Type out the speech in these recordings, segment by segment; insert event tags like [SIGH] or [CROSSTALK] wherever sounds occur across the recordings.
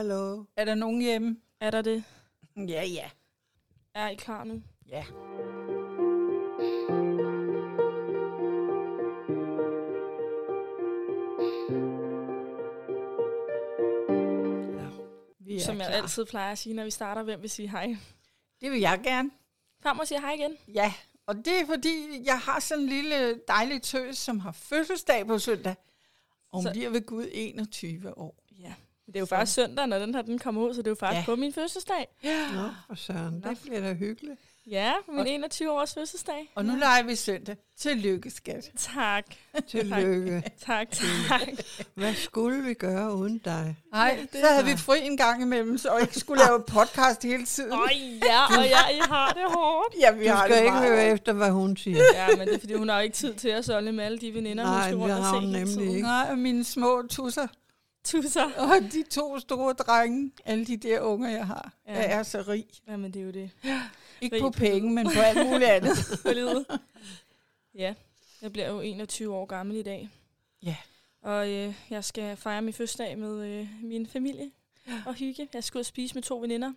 Hallo. Er der nogen hjemme? Er der det? Ja, ja. Er I klar nu? Ja. Ja, Som jeg klar. altid plejer at sige, når vi starter, hvem vil sige hej? Det vil jeg gerne. Kom og sige hej igen. Ja, og det er fordi, jeg har sådan en lille dejlig tøs, som har fødselsdag på søndag. Og hun Så- bliver ved Gud 21 år. Ja. Det er jo faktisk søndag, når den her den kommer ud, så det er jo faktisk Ja. ja. på min fødselsdag. Nå, for søren. Det bliver da hyggeligt. Ja, på min 21-års fødselsdag. Og nu leger vi søndag. Tillykke, skat. Tak, Tillykke. tak, tak. Hvad skulle vi gøre uden dig? Nej, så havde vi fri en gang imellem, så jeg ikke skulle lave podcast hele tiden. Åh ja, og ja, I har det hårdt. Ja, vi Du har skal det ikke meget. høre efter, hvad [LAUGHS] hun siger. Ja, men det er fordi, hun har jo ikke tid til at solde med alle de veninder, hun Nej, skal det rundt og har se hun hele nemlig tiden. ikke. Nej, og mine små tusser. Tusser. Og de to store drenge, alle de der unger, jeg har. Ja. Jeg er så rig. Jamen, det er jo det. Ikke Rig. på penge, men på alt muligt andet. [LAUGHS] på livet. Ja, jeg bliver jo 21 år gammel i dag. Ja. Og øh, jeg skal fejre min fødselsdag med øh, min familie og hygge. Jeg skal ud og spise med to veninder,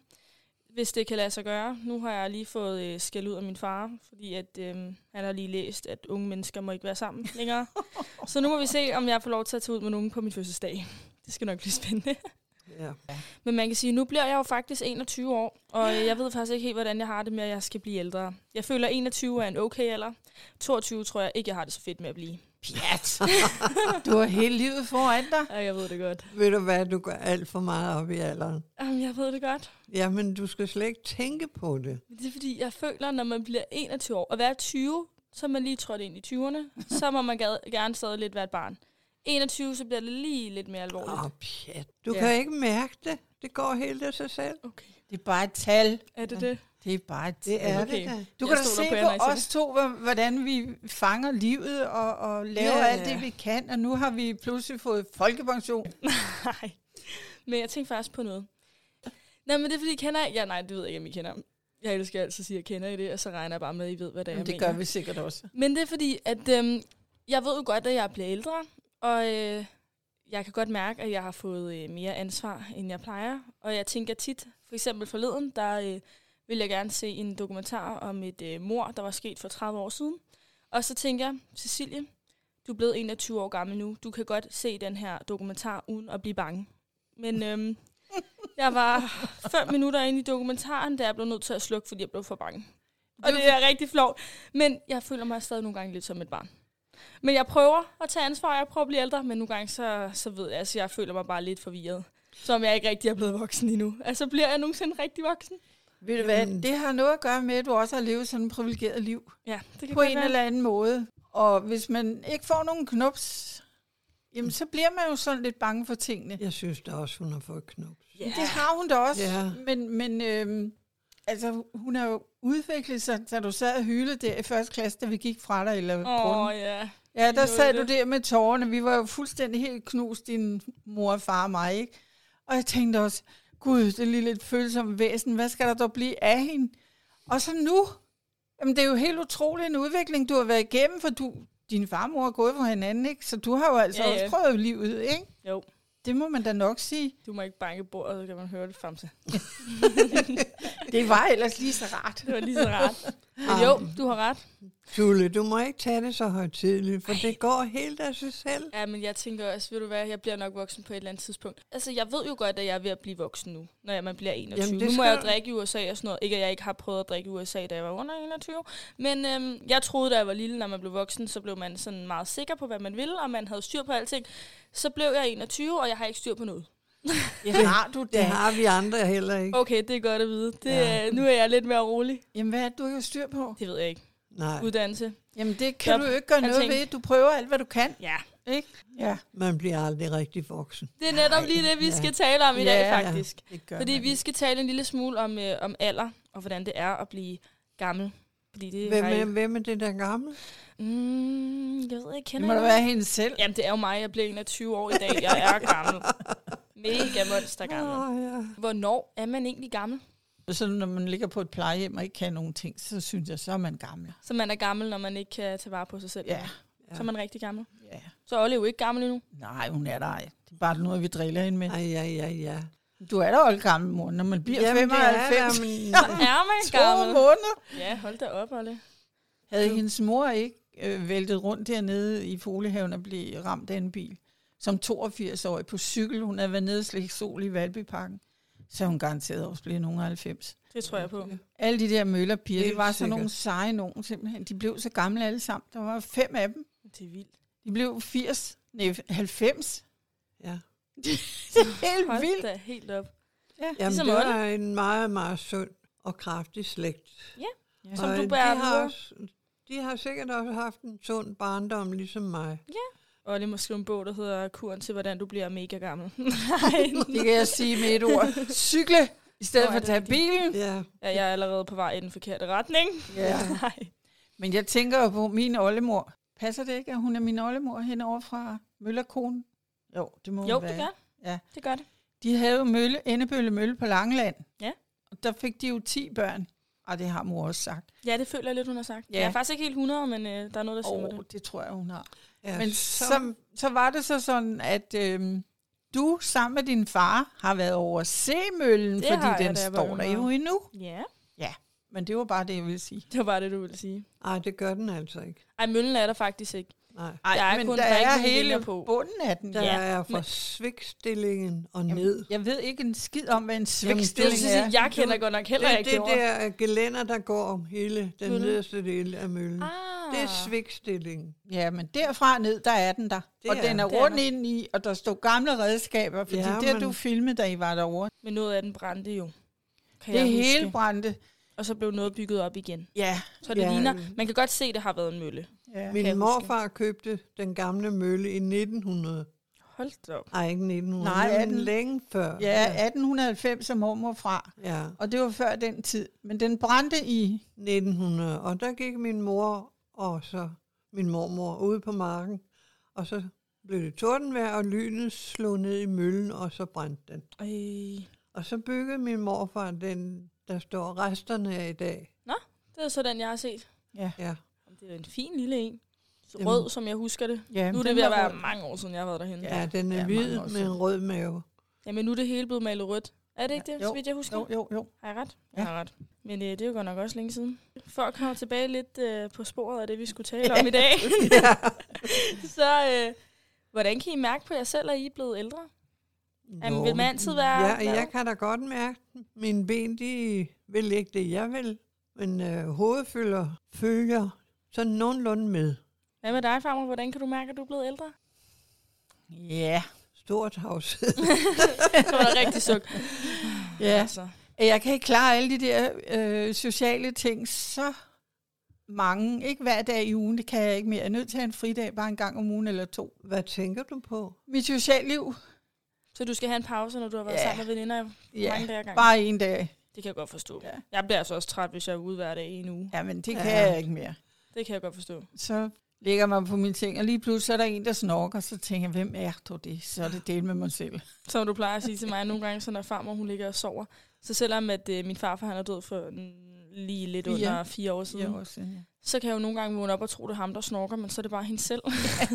hvis det kan lade sig gøre. Nu har jeg lige fået øh, skæld ud af min far, fordi at, øh, han har lige læst, at unge mennesker må ikke være sammen længere. Så nu må vi se, om jeg får lov til at tage ud med nogen på min fødselsdag. Det skal nok blive spændende. Ja. Men man kan sige, nu bliver jeg jo faktisk 21 år, og øh, jeg ved faktisk ikke helt, hvordan jeg har det med, at jeg skal blive ældre. Jeg føler, at 21 er en okay alder. 22 tror jeg ikke, jeg har det så fedt med at blive. Pjat! Du har hele livet foran dig. Ja, jeg ved det godt. Ved du hvad, du går alt for meget op i alderen. Jamen, jeg ved det godt. Jamen, du skal slet ikke tænke på det. Men Det er fordi, jeg føler, når man bliver 21 år, og være 20, så er man lige trådt ind i 20'erne, så må man gad- gerne stadig lidt være et barn. 21, så bliver det lige lidt mere alvorligt. Åh, oh, pjat. Du Ja. kan ikke mærke det. Det går helt af sig selv. Okay. Det er bare et tal. Er det det? Det er bare et Det tal. er Okay. det da. Du Jeg kan da stoler se på jer, når I på ser os to, hvor- hvordan vi fanger livet og, og laver Ja. alt det, vi kan. Og nu har vi pludselig fået folkepension. [LAUGHS] Nej. Men jeg tænkte faktisk på noget. Nej, men det er fordi, I kender... Ja, nej, det ved jeg ikke, om I kender. Jeg elsker altid at sige, at jeg kender I det, og så regner jeg bare med, at I ved, hvad det er, Jamen, jeg det mener. gør vi sikkert også. Men det er fordi, at øhm, jeg ved jo godt, at jeg bliver ældre, og øh, jeg kan godt mærke, at jeg har fået øh, mere ansvar, end jeg plejer. Og jeg tænker tit, for eksempel forleden, der øh, ville jeg gerne se en dokumentar om et øh, mor, der var sket for 30 år siden. Og så tænker jeg, Cecilie, du er blevet 21 år gammel nu. Du kan godt se den her dokumentar uden at blive bange. Men øhm, jeg var fem minutter inde i dokumentaren, da jeg blev nødt til at slukke, fordi jeg blev for bange. Og det er rigtig flot. Men jeg føler mig stadig nogle gange lidt som et barn. Men jeg prøver at tage ansvar, og jeg prøver at blive ældre, men nogle gange, så, så ved jeg, altså, jeg føler mig bare lidt forvirret. Som jeg ikke rigtig er blevet voksen endnu. Altså, bliver jeg nogensinde rigtig voksen? Ved du hvad? Det har noget at gøre med, at du også har levet sådan et privilegeret liv. Ja, det kan På godt en være. eller anden måde. Og hvis man ikke får nogen knups, jamen, så bliver man jo sådan lidt bange for tingene. Jeg synes da også, hun har fået knop. Ja. Det har hun da også, Ja. men, men øhm, altså, hun har jo udviklet sig, da du sad og hylede der i første klasse, da vi gik fra dig, eller Åh, oh, oh, ja. Ja, der nåede sad du det. der med tårerne. Vi var jo fuldstændig helt knust, din mor og far og mig, ikke? Og jeg tænkte også, gud, det lille lidt følsomme væsen, hvad skal der dog blive af hende? Og så nu, jamen, det er jo helt utrolig en udvikling, du har været igennem, for du, din farmor er gået fra hinanden, ikke? Så du har jo altså Ja, ja, ja. ja. også prøvet livet, ikke? Jo, Det må man da nok sige. du må ikke banke bordet, så kan man høre det famse. Det var ellers lige så rart. Det var lige så [LAUGHS] rart. Ah. Men Ah, jo, du har ret. Ah, Tulle, du må ikke tage det så højtidligt, for det går helt af sig selv. Ja, men jeg tænker også, ved du hvad, jeg bliver nok voksen på et eller andet tidspunkt. Altså, jeg ved jo godt, at jeg er ved at blive voksen nu, når jeg- man bliver 21. Jamen, Jamen, det nu må skal jeg du. jo drikke i USA og sådan noget. Ikke, at jeg ikke har prøvet at drikke i USA, da jeg var under 21. Men øhm, jeg troede, da jeg var lille, når man blev voksen, så blev man sådan meget sikker på, hvad man ville, og man havde styr på alting. Så blev jeg 21, og jeg har ikke styr på noget. Det har du Det da. har vi andre heller ikke. Okay, det er godt at vide. Det, Ja. ja. øh, nu er jeg lidt mere rolig. Jamen, hvad er det, du ikke har styr på? Det ved jeg ikke. Nej, Uddannelse. Jamen, det kan Jeg- du jo ikke gøre jeg noget tænkte- ved. Du prøver alt, hvad du kan, Ja. ikke? Ja, man bliver aldrig rigtig voksen. Det er netop lige det, vi ja. skal tale om i dag, Ja, ja. faktisk. det gør Fordi man. vi skal tale en lille smule om, øh, om alder, og hvordan det er at blive gammel. Fordi det Hvem har er, jeg... hvem er det der gamle? Mm, jeg ved ikke, Det kender må da jeg være hende selv. Jamen, det er jo mig. Jeg bliver 21 år i dag. Jeg er gammel. Mega monster gammel. Ah. Åh, ja. Hvornår er man egentlig gammel? Så når man ligger på et plejehjem og ikke kan nogen ting, så synes jeg, så er man gammel. Så man er gammel, når man ikke kan tage vare på sig selv. Ja, Så er man rigtig gammel. ja. Så Olle er jo ikke gammel endnu. Nej, hun er der ej. Det er bare noget, vi driller hende med. Ej, ja, ja, ja. Du er da også gammel mor, når man bliver Jamen, det er der, 95. men- Så er man to gammel. måneder. Ja, hold da op, Olle. Havde hendes mor ikke øh, væltet rundt dernede i Folehaven og blev ramt af en bil, som 82-årig på cykel, hun havde været nede og slik sol i Valbyparken, så havde hun garanteret også blevet nogen 90. Det tror jeg på. Alle de der møllerpiger, Helt det var sådan sikkert. nogle seje nogen simpelthen. De blev så gamle alle sammen. Der var fem af dem. Det er vildt. De blev 80, nej 90. Ja. Ligesom Det [LAUGHS] er helt Hold vildt. da helt op. Jamen, Ligesom det Olle. er en meget, meget sund og kraftig slægt. Ja. Som og du øh, bærer de, har videre. også, de har sikkert også haft en sund barndom, ligesom mig. Olle må skrive en bog, der hedder Kuren til, hvordan du bliver mega gammel. [LAUGHS] Nej, Det kan jeg sige med et ord. Cykle i stedet Nå, for er at det tage bilen. rigtigt? Ja, Ja, jeg er allerede på vej i den forkerte retning. Ja. [LAUGHS] Nej. Men jeg tænker jo på min oldemor. Passer det ikke, at hun er min oldemor henover fra Møllerkonen? Jo, det må hun Jo, være. det gør. Ja. Det gør det. De havde jo mølle, Endebølle Mølle på Langeland. Ja. Og der fik de jo 10 børn. Og det har mor også sagt. Ja, det føler jeg lidt, hun har sagt. Ja. Jeg er faktisk ikke helt 100, men øh, der er noget, der siger mig Og det. det. det tror jeg, hun har. ja Men så, så, så var det så sådan, at øhm, du sammen med din far har været over C-møllen, Det har fordi jeg, den da jeg var står der yngre. jo endnu. Ja, Men det var bare det, jeg ville sige. det var bare det, du ville sige. ej, det gør den altså ikke. Ej, møllen er der faktisk ikke. Nej. Ej, Der er men kun- der, der er ikke er nogen vinger hele på. bunden af den. Der Ja, ja, er fra men- svigtstillingen og ned. Jeg ved ikke en skid om, hvad en Det vil svikstilling sige, er. at jeg kender godt nok Det heller er ikke det over. der øh, gelænder, der går om hele den Møllen. nederste del af møllen. Ah, Det er svigtstillingen. Ja, men derfra ned, der er den der. Det og er den er den. Det er rundt den. ind i, og der stod gamle redskaber, fordi Ja, ja, det, men- du filmede, da I var derovre, men noget af den brændte jo. Kan det jeg huske. hele brændte. Og så blev noget bygget op igen. Ja, Så det Ja. ligner. Man kan godt se, at det har været en mølle. ja. Min jeg huske. morfar købte den gamle mølle i 1900. Hold da op. Ej, ikke 1900. Nej, Nej, men 18. længe før. ja 1890 som mormor fra, ja, og det var før den tid. Men den brændte i 1900. Og der gik min mor og så min mormor ude på marken, og så blev det tordenvejr, og lynet slog ned i møllen, og så brændte den. Ej. Og så byggede min morfar den, der står resterne af i dag. Det er så den, jeg har set. Ja, Det er en fin lille en. Så Jamen. Rød, som jeg husker det. Ja, Nu er det den ved at var være rød. mange år siden, jeg har været derhen. ja, ja den er ja, ja, mange hvid år med en siden. rød mave. Jamen nu er det hele blevet malet rødt. Er det ikke det, Jo, så vidt jeg husker? Jo, jo, jo. Har jeg ret? Ja. Jeg har ret. Men øh, det er jo godt nok også længe siden. For at komme tilbage lidt øh, på sporet af det, vi skulle tale om i [LAUGHS] dag, [LAUGHS] så øh, hvordan kan I mærke på jer selv, at I er blevet ældre? Jamen, Nå, vil man altid være... Ja, være- jeg kan da godt mærke, den. mine ben, de vil ikke det, jeg vil. Men øh, hovedet følger, følger sådan nogenlunde med. Hvad med dig, farmor? Hvordan kan du mærke, at du er blevet [LAUGHS] ældre? Ja, Stort havshed. Det var da rigtig suk. ja. Altså, Jeg kan ikke klare alle de der øh, sociale ting så mange. Ikke hver dag i ugen, det kan jeg ikke mere. Jeg er nødt til at have en fridag bare en gang om ugen eller to. [LAUGHS] Hvad tænker du på? Mit socialliv, så du skal have en pause, når du har været Ja. ja. sammen med veninder i ja, mange dage gang. bare en dag. Det kan jeg godt forstå. Ja. Ja. Jeg bliver altså også træt, hvis jeg er ude hver dag i en uge. Jamen, det Ja. kan ja. jeg ikke mere. Det kan jeg godt forstå. Så ligger man på mine ting, og lige pludselig så er der en, der snorker, så tænker jeg, hvem er du det? Så er det del med mig selv. Som du plejer at sige til mig nogle gange, så når farmor hun ligger og sover. Så selvom at øh, min farfar han er død for mm, lige lidt Fire. under fire år siden, Fire år siden, [LAUGHS] ja. så kan jeg jo nogle gange vågne op og tro, det er ham, der snorker, men så er det bare hende selv. [LAUGHS]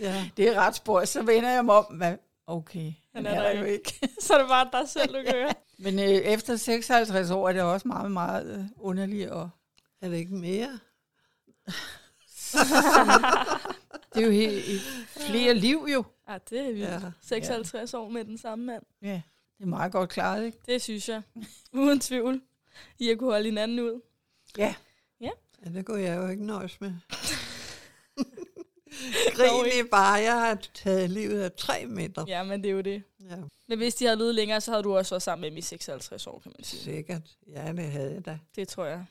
Ja. Det er ret spor, så vender jeg mig om, hvad? Okay, han er, der jo ikke. så er det bare dig [LAUGHS] selv, du gør. Men øh, efter 56 år er det også meget, meget øh, underligt [LAUGHS] og Er det ikke mere? Det er jo helt, helt flere liv jo. Ja, det er vildt. Ja. 56 år med den samme mand. Ja. Det er meget godt klaret, ikke? Det synes jeg. [LAUGHS] Uden tvivl. I har kunne holde hinanden ud. Ja, det kunne jeg jo ikke nøjes med. Dog Grin ikke. i bare, jeg har taget livet af tre meter. Ja, men det er jo det. Ja, Men hvis de havde levet længere, så havde du også været sammen med dem i 56 år, kan man sige. sikkert. Ja, det havde jeg da. Det tror jeg.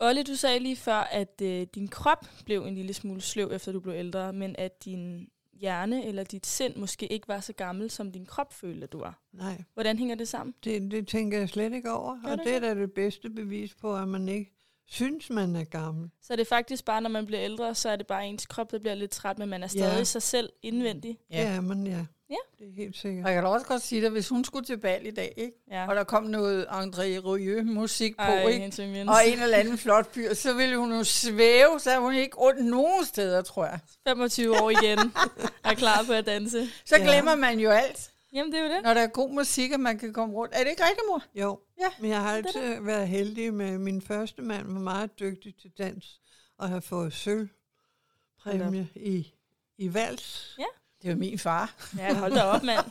Olle, du sagde lige før, at øh, din krop blev en lille smule sløv, efter du blev ældre, men at din hjerne eller dit sind måske ikke var så gammel, som din krop følte, at du var. Nej, Hvordan hænger det sammen? det, det tænker jeg slet ikke over. Gør og du det er da det bedste bevis på, at man ikke synes, man er gammel. Så er det faktisk bare, når man bliver ældre, så er det bare ens krop, der bliver lidt træt, men man er stadig Ja. ja. sig selv indvendig. Ja. Ja. Det er man, ja. Ja. Det er helt sikkert. Og jeg kan da også godt sige dig, hvis hun skulle til bal i dag, ikke? Ja. og der kom noget André Rieu-musik på, Ej, ikke? Henrik Jensen. og en eller anden flot fyr, så ville hun jo svæve, så havde hun ikke ondt nogen steder, tror jeg. 25 år igen er klar på at danse. Så Ja. glemmer man jo alt. Jamen, det er jo det. Når der er god musik, og man kan komme rundt. Er det ikke rigtigt, mor? Jo, Ja, men jeg har det er altid været heldig med, min første mand var meget dygtig til dans, og har fået sølvpræmie i, i vals. Det er jo min far. Ja, hold da op, [LAUGHS] mand.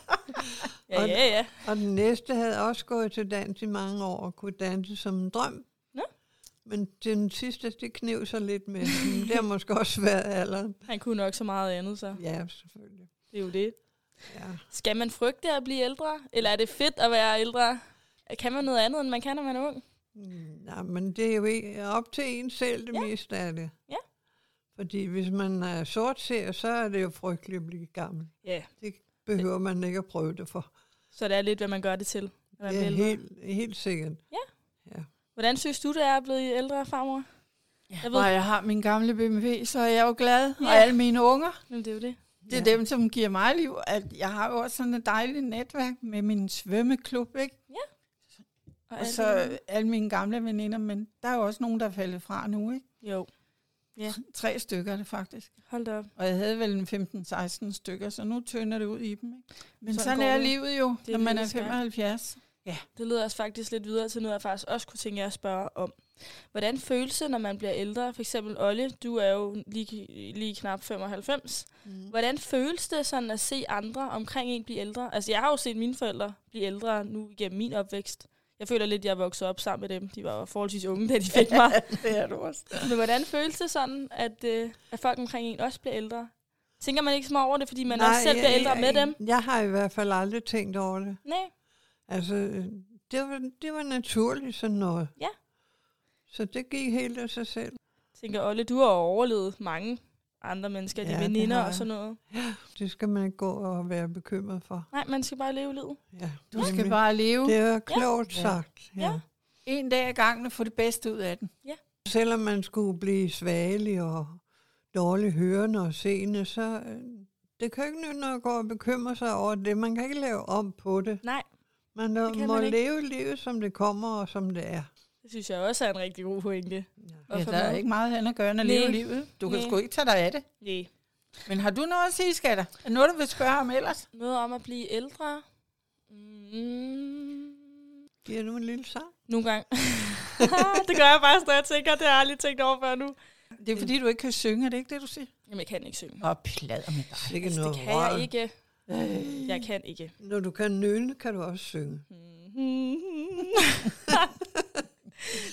Ja, Og- ja, ja. Og den næste havde også gået til dans i mange år og kunne danse som en drøm. Nå. Men den sidste, det knev sig lidt med. Men [LAUGHS] det har måske også været alderen. Han kunne nok så meget andet, så Ja, selvfølgelig. det er jo det. Ja. Skal man frygte at blive ældre? Eller er det fedt at være ældre? Kan man noget andet, end man kan, når man er ung? Mm, Nej, men det er jo ikke op til en selv det Ja. ja. meste af det. Ja. Fordi hvis man er sort ser, så er det jo frygteligt at blive gammel. Ja, Det behøver man ikke at prøve det for. så det er lidt, hvad man gør det til. Når man Det bliver er ældre. helt, helt sikkert. Hvordan synes du, det er at blive ældre, farmor? Ja, Jeg jeg, ved- ved. jeg har min gamle BMW, så er jeg jo glad. Ja. Og alle mine unger. Jamen, det er jo det. Det er Ja. dem, som giver mig liv. At jeg har jo også sådan et dejligt netværk med min svømmeklub, ikke? Og alt så det andet. alle mine gamle veninder, men der er jo også nogen, der er faldet fra nu, ikke? Jo, Tre stykker er det faktisk. hold da op. Og jeg havde vel en 15-16 stykker, så nu tynder det ud i dem, ikke? Men Sådan sådan, går er det. livet jo, er når man er livets gang. 75. Det leder os faktisk lidt videre til noget, jeg faktisk også kunne tænke jer at spørge om. Hvordan føles det, når man bliver ældre? For eksempel Olle, du er jo lige, lige knap 95. Mm. Hvordan føles det sådan at se andre omkring en blive ældre? Altså, jeg har jo set mine forældre blive ældre nu igennem min opvækst. Jeg føler lidt, at jeg voksede op sammen med dem. De var jo forholdsvis unge, da de [LAUGHS] fik mig. det er du også. Men hvordan føles det sådan, at, øh, at folk omkring en også bliver ældre? Tænker man ikke så meget over det, fordi man Nej, også selv bliver ældre med dem? Jeg har i hvert fald aldrig tænkt over det. Nej. Altså, øh, det var, det var naturligt sådan noget. Ja. Så det gik helt af sig selv. Tænker Olle, du har jo overlevet mange andre mennesker, ja, Ja, dine det veninder har og jeg. sådan noget. Det skal man ikke gå og være bekymret for. Nej, man skal bare leve livet. Ja, Du skal nemlig. bare leve Det er klogt Ja. sagt. Ja. Ja. Ja. en dag ad gangen og få det bedste ud af den. Selvom man skulle blive svagelig og dårlig hørende og seende, så øh, det kan jo ikke nytte noget at gå og bekymre sig over det. Man kan ikke lave om på det. Nej, Man kan må man ikke. leve livet, som det kommer og som det er. det synes jeg også er en rigtig god pointe. Ja. Ja, for der er mig. ikke meget andet at gøre, end at Nej. leve livet. Du kan Nej. sgu ikke tage dig af det. Nej. Men har du noget at sige, skatter? Er der noget, du vil spørge om ellers? Noget om at blive ældre. Mm. Giver du en lille sang? Nogle gange. [LAUGHS] det gør jeg faktisk, når jeg tænker, det har jeg aldrig tænkt over før nu. Det er fordi, du ikke kan synge, er det ikke det, du siger? Jamen, jeg kan ikke synge. Åh, plader med dig. Sikke Altså, noget det kan vrøvl. jeg ikke. Øh. Jeg kan ikke. [LAUGHS] Når du kan nynne, kan du også synge. Nej,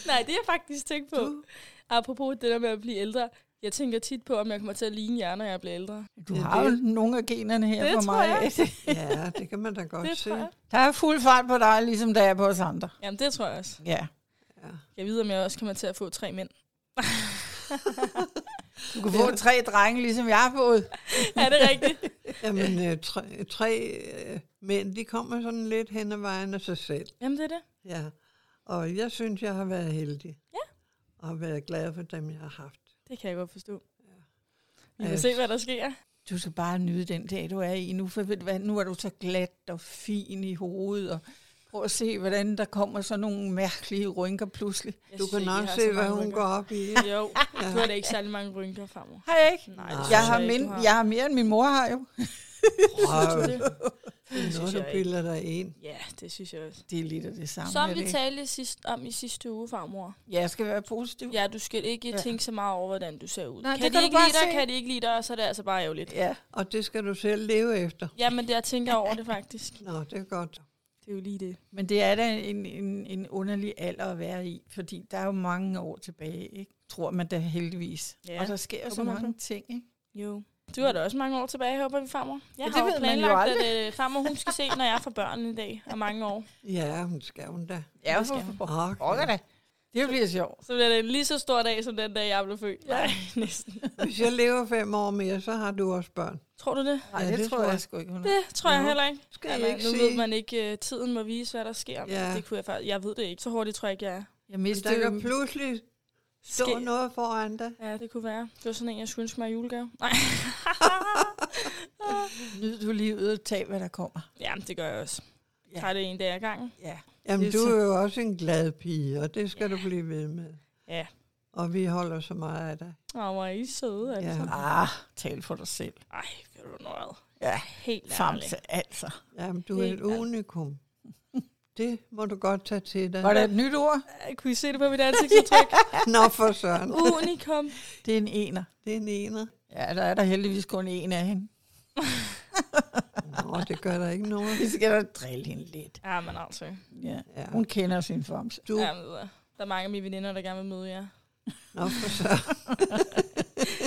det har jeg faktisk tænkt på. Du? Apropos det der med at blive ældre. Jeg tænker tit på, om jeg kommer til at ligne jer, når jeg bliver ældre. Du Det er har jo det. nogle af generne her Det for tror mig. Jeg. Ja, det kan [LAUGHS] man da godt Det se. tror jeg. Der er fuld fart på dig, ligesom der er på os andre. Jamen, det tror jeg også. Ja. Ja. Jeg ved, om jeg også kommer til at få tre mænd. [LAUGHS] Du kan få tre drenge, ligesom jeg har fået. er det rigtigt? Jamen, øh, tre, tre øh, mænd, de kommer sådan lidt hen ad vejen af sig selv. Jamen, det er det. Ja. Og jeg synes, jeg har været heldig. Ja. Og har været glad for dem, jeg har haft. Det kan jeg godt forstå. Vi Ja. må se, hvad der sker. Du skal bare nyde den dag, du er i nu, for ved du hvad, nu er du så glat og fin i hovedet, og prøv at se, hvordan der kommer sådan nogle mærkelige rynker pludselig. Jeg Du synes kan ikke, nok jeg har så se, hvad mange hun rynker. går op [LAUGHS] i. ikke? Jo, Ja. du har da ikke særlig mange rynker, farmor. Har jeg ikke? Nej, Jeg det Jeg synes har, jeg, ikke, min, du har. jeg har mere, end min mor har jo. Prøv, Synes du det? det er synes noget, jeg du ikke. bilder dig ind. Ja, det synes jeg også. Det er lidt af det samme. er Som det vi ikke? talte sidst, om i sidste uge, farmor. Ja, jeg skal være positiv. Ja, du skal ikke Ja. tænke så meget over, hvordan du ser ud. Nej, kan, det de kan du ikke bare lide dig, se. kan de ikke lide dig, så er det altså bare ærgerligt. ja. Og det skal du selv leve efter. Jamen, det, jeg tænker over det faktisk. Nå, det er godt. Det er jo lige det. Men det er da en, en, en underlig alder at være i, fordi der er jo mange år tilbage, ikke? tror man da heldigvis. Ja, Ja. Og der sker jo så håber man mange ting. Ikke? Jo. Du har da også mange år tilbage, håber vi, farmor. Ja, Jeg det har jo ved man jo planlagt, aldrig. at øh, farmor hun skal se, når jeg får børn i dag, og mange år. Ja, men skal hun da. Ja, Det skal for- man. for Okay. pokker da. Det bliver sjovt. Så bliver det en lige så stor dag, som den dag, jeg blev født. Nej, [LAUGHS] næsten. Hvis jeg lever fem år mere, så har du også børn. Tror du det? Nej, Ja, det, det tror tror jeg, jeg. sgu ikke. hun har. Mm. Det tror jeg Nå. heller ikke. Skal jeg Eller, ikke nu sige. ved man ikke, øh, tiden må vise, hvad der sker. Ja. Ja. Det kunne jeg faktisk, jeg ved det ikke. Så hurtigt tror jeg ikke, jeg er. Jeg Men mistede der jo kan pludselig stå Ske- noget foran dig. Ja, det kunne være. Det var sådan en, jeg skulle ønske mig i julegave. Nej. Nyd du livet og tag, hvad der kommer. ja, det gør jeg også. Ja. Ja. Tager det en dag ad gangen. Ja. Jamen, Det du er så- er jo også en glad pige, og det skal ja. du blive ved med. Ja. Og vi holder så meget af dig. Åh, hvor er I søde, altså. Ja. Ja. Ah, tal for dig selv. Ej, vil du noget? Ja, helt ærligt. Famse, altså. Jamen, du er Helt et ærligt. unikum. Det må du godt tage til dig. Var det et nyt ord? Ej, Kunne I se det på mit ansigtsudtryk? Nå, for søren. Unikum. Det er en ener. Det er en ener. Ja, der er der heldigvis kun en af hende. Nå, det gør der ikke noget. [LAUGHS] Vi skal da drille hende lidt. Ja, men altså. Ja. Ja. Hun kender sin [LAUGHS] famse. Du, Ja, men, ved jeg. der er mange af mine veninder, der gerne vil møde jer. nå, for søren.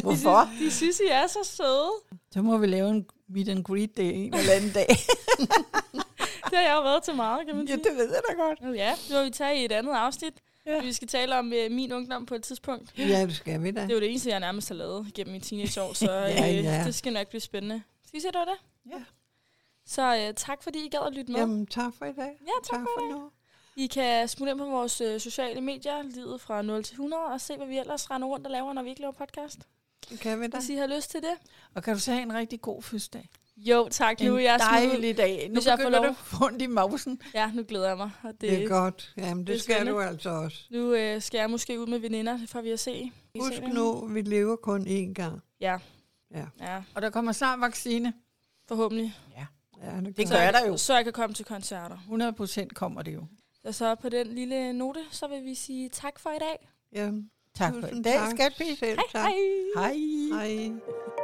Hvorfor? De, de synes, I er så søde. Så må vi lave en meet and greet day en eller anden [LAUGHS] dag. Det har jeg jo været til meget, kan man ja, sige. det ved jeg da godt. Nå Ja, det må vi tage i et andet afsnit. Ja. Ja. Vi skal tale om øh, min ungdom på et tidspunkt. Ja, det skal vi da. Det er jo det eneste, jeg nærmest har lavet gennem mine teenageår, [LAUGHS] så øh, Ja, ja. det skal nok blive spændende. Skal vi se, det var det? Ja. Så øh, tak, fordi I gad at lytte med. Jamen, tak for i dag. ja, tak, Tak for nu. I kan smutte ind på vores øh, sociale medier, livet fra 0 til 100, og se, hvad vi ellers render rundt og laver, når vi ikke laver podcast. Det kan vi da. Hvis I har lyst til det. Og kan du så have en rigtig god fødselsdag? Jo, tak. Nu er jeg smuttet. dejlig dag. Nu Hvis Hvis jeg jeg får begynder lov. det at få ondt i mausen. Ja, nu glæder jeg mig. Og Det er det, godt. Jamen, det, det er skal du spændende. altså også. nu øh, skal jeg måske ud med veninder, det får vi at se. Vi Husk ser, nu, vi lever kun én gang. Ja. Ja. Ja, Og der kommer snart vaccine. forhåbentlig. Ja, det, Det det gør jeg. der jo. Så jeg kan komme til koncerter. 100 procent kommer det jo. Og så på den lille note, så vil vi sige tak for i dag. Jamen, Tak for i tusind dag, tak. skat Pig. Selv tak. Hej. Hej. Hej.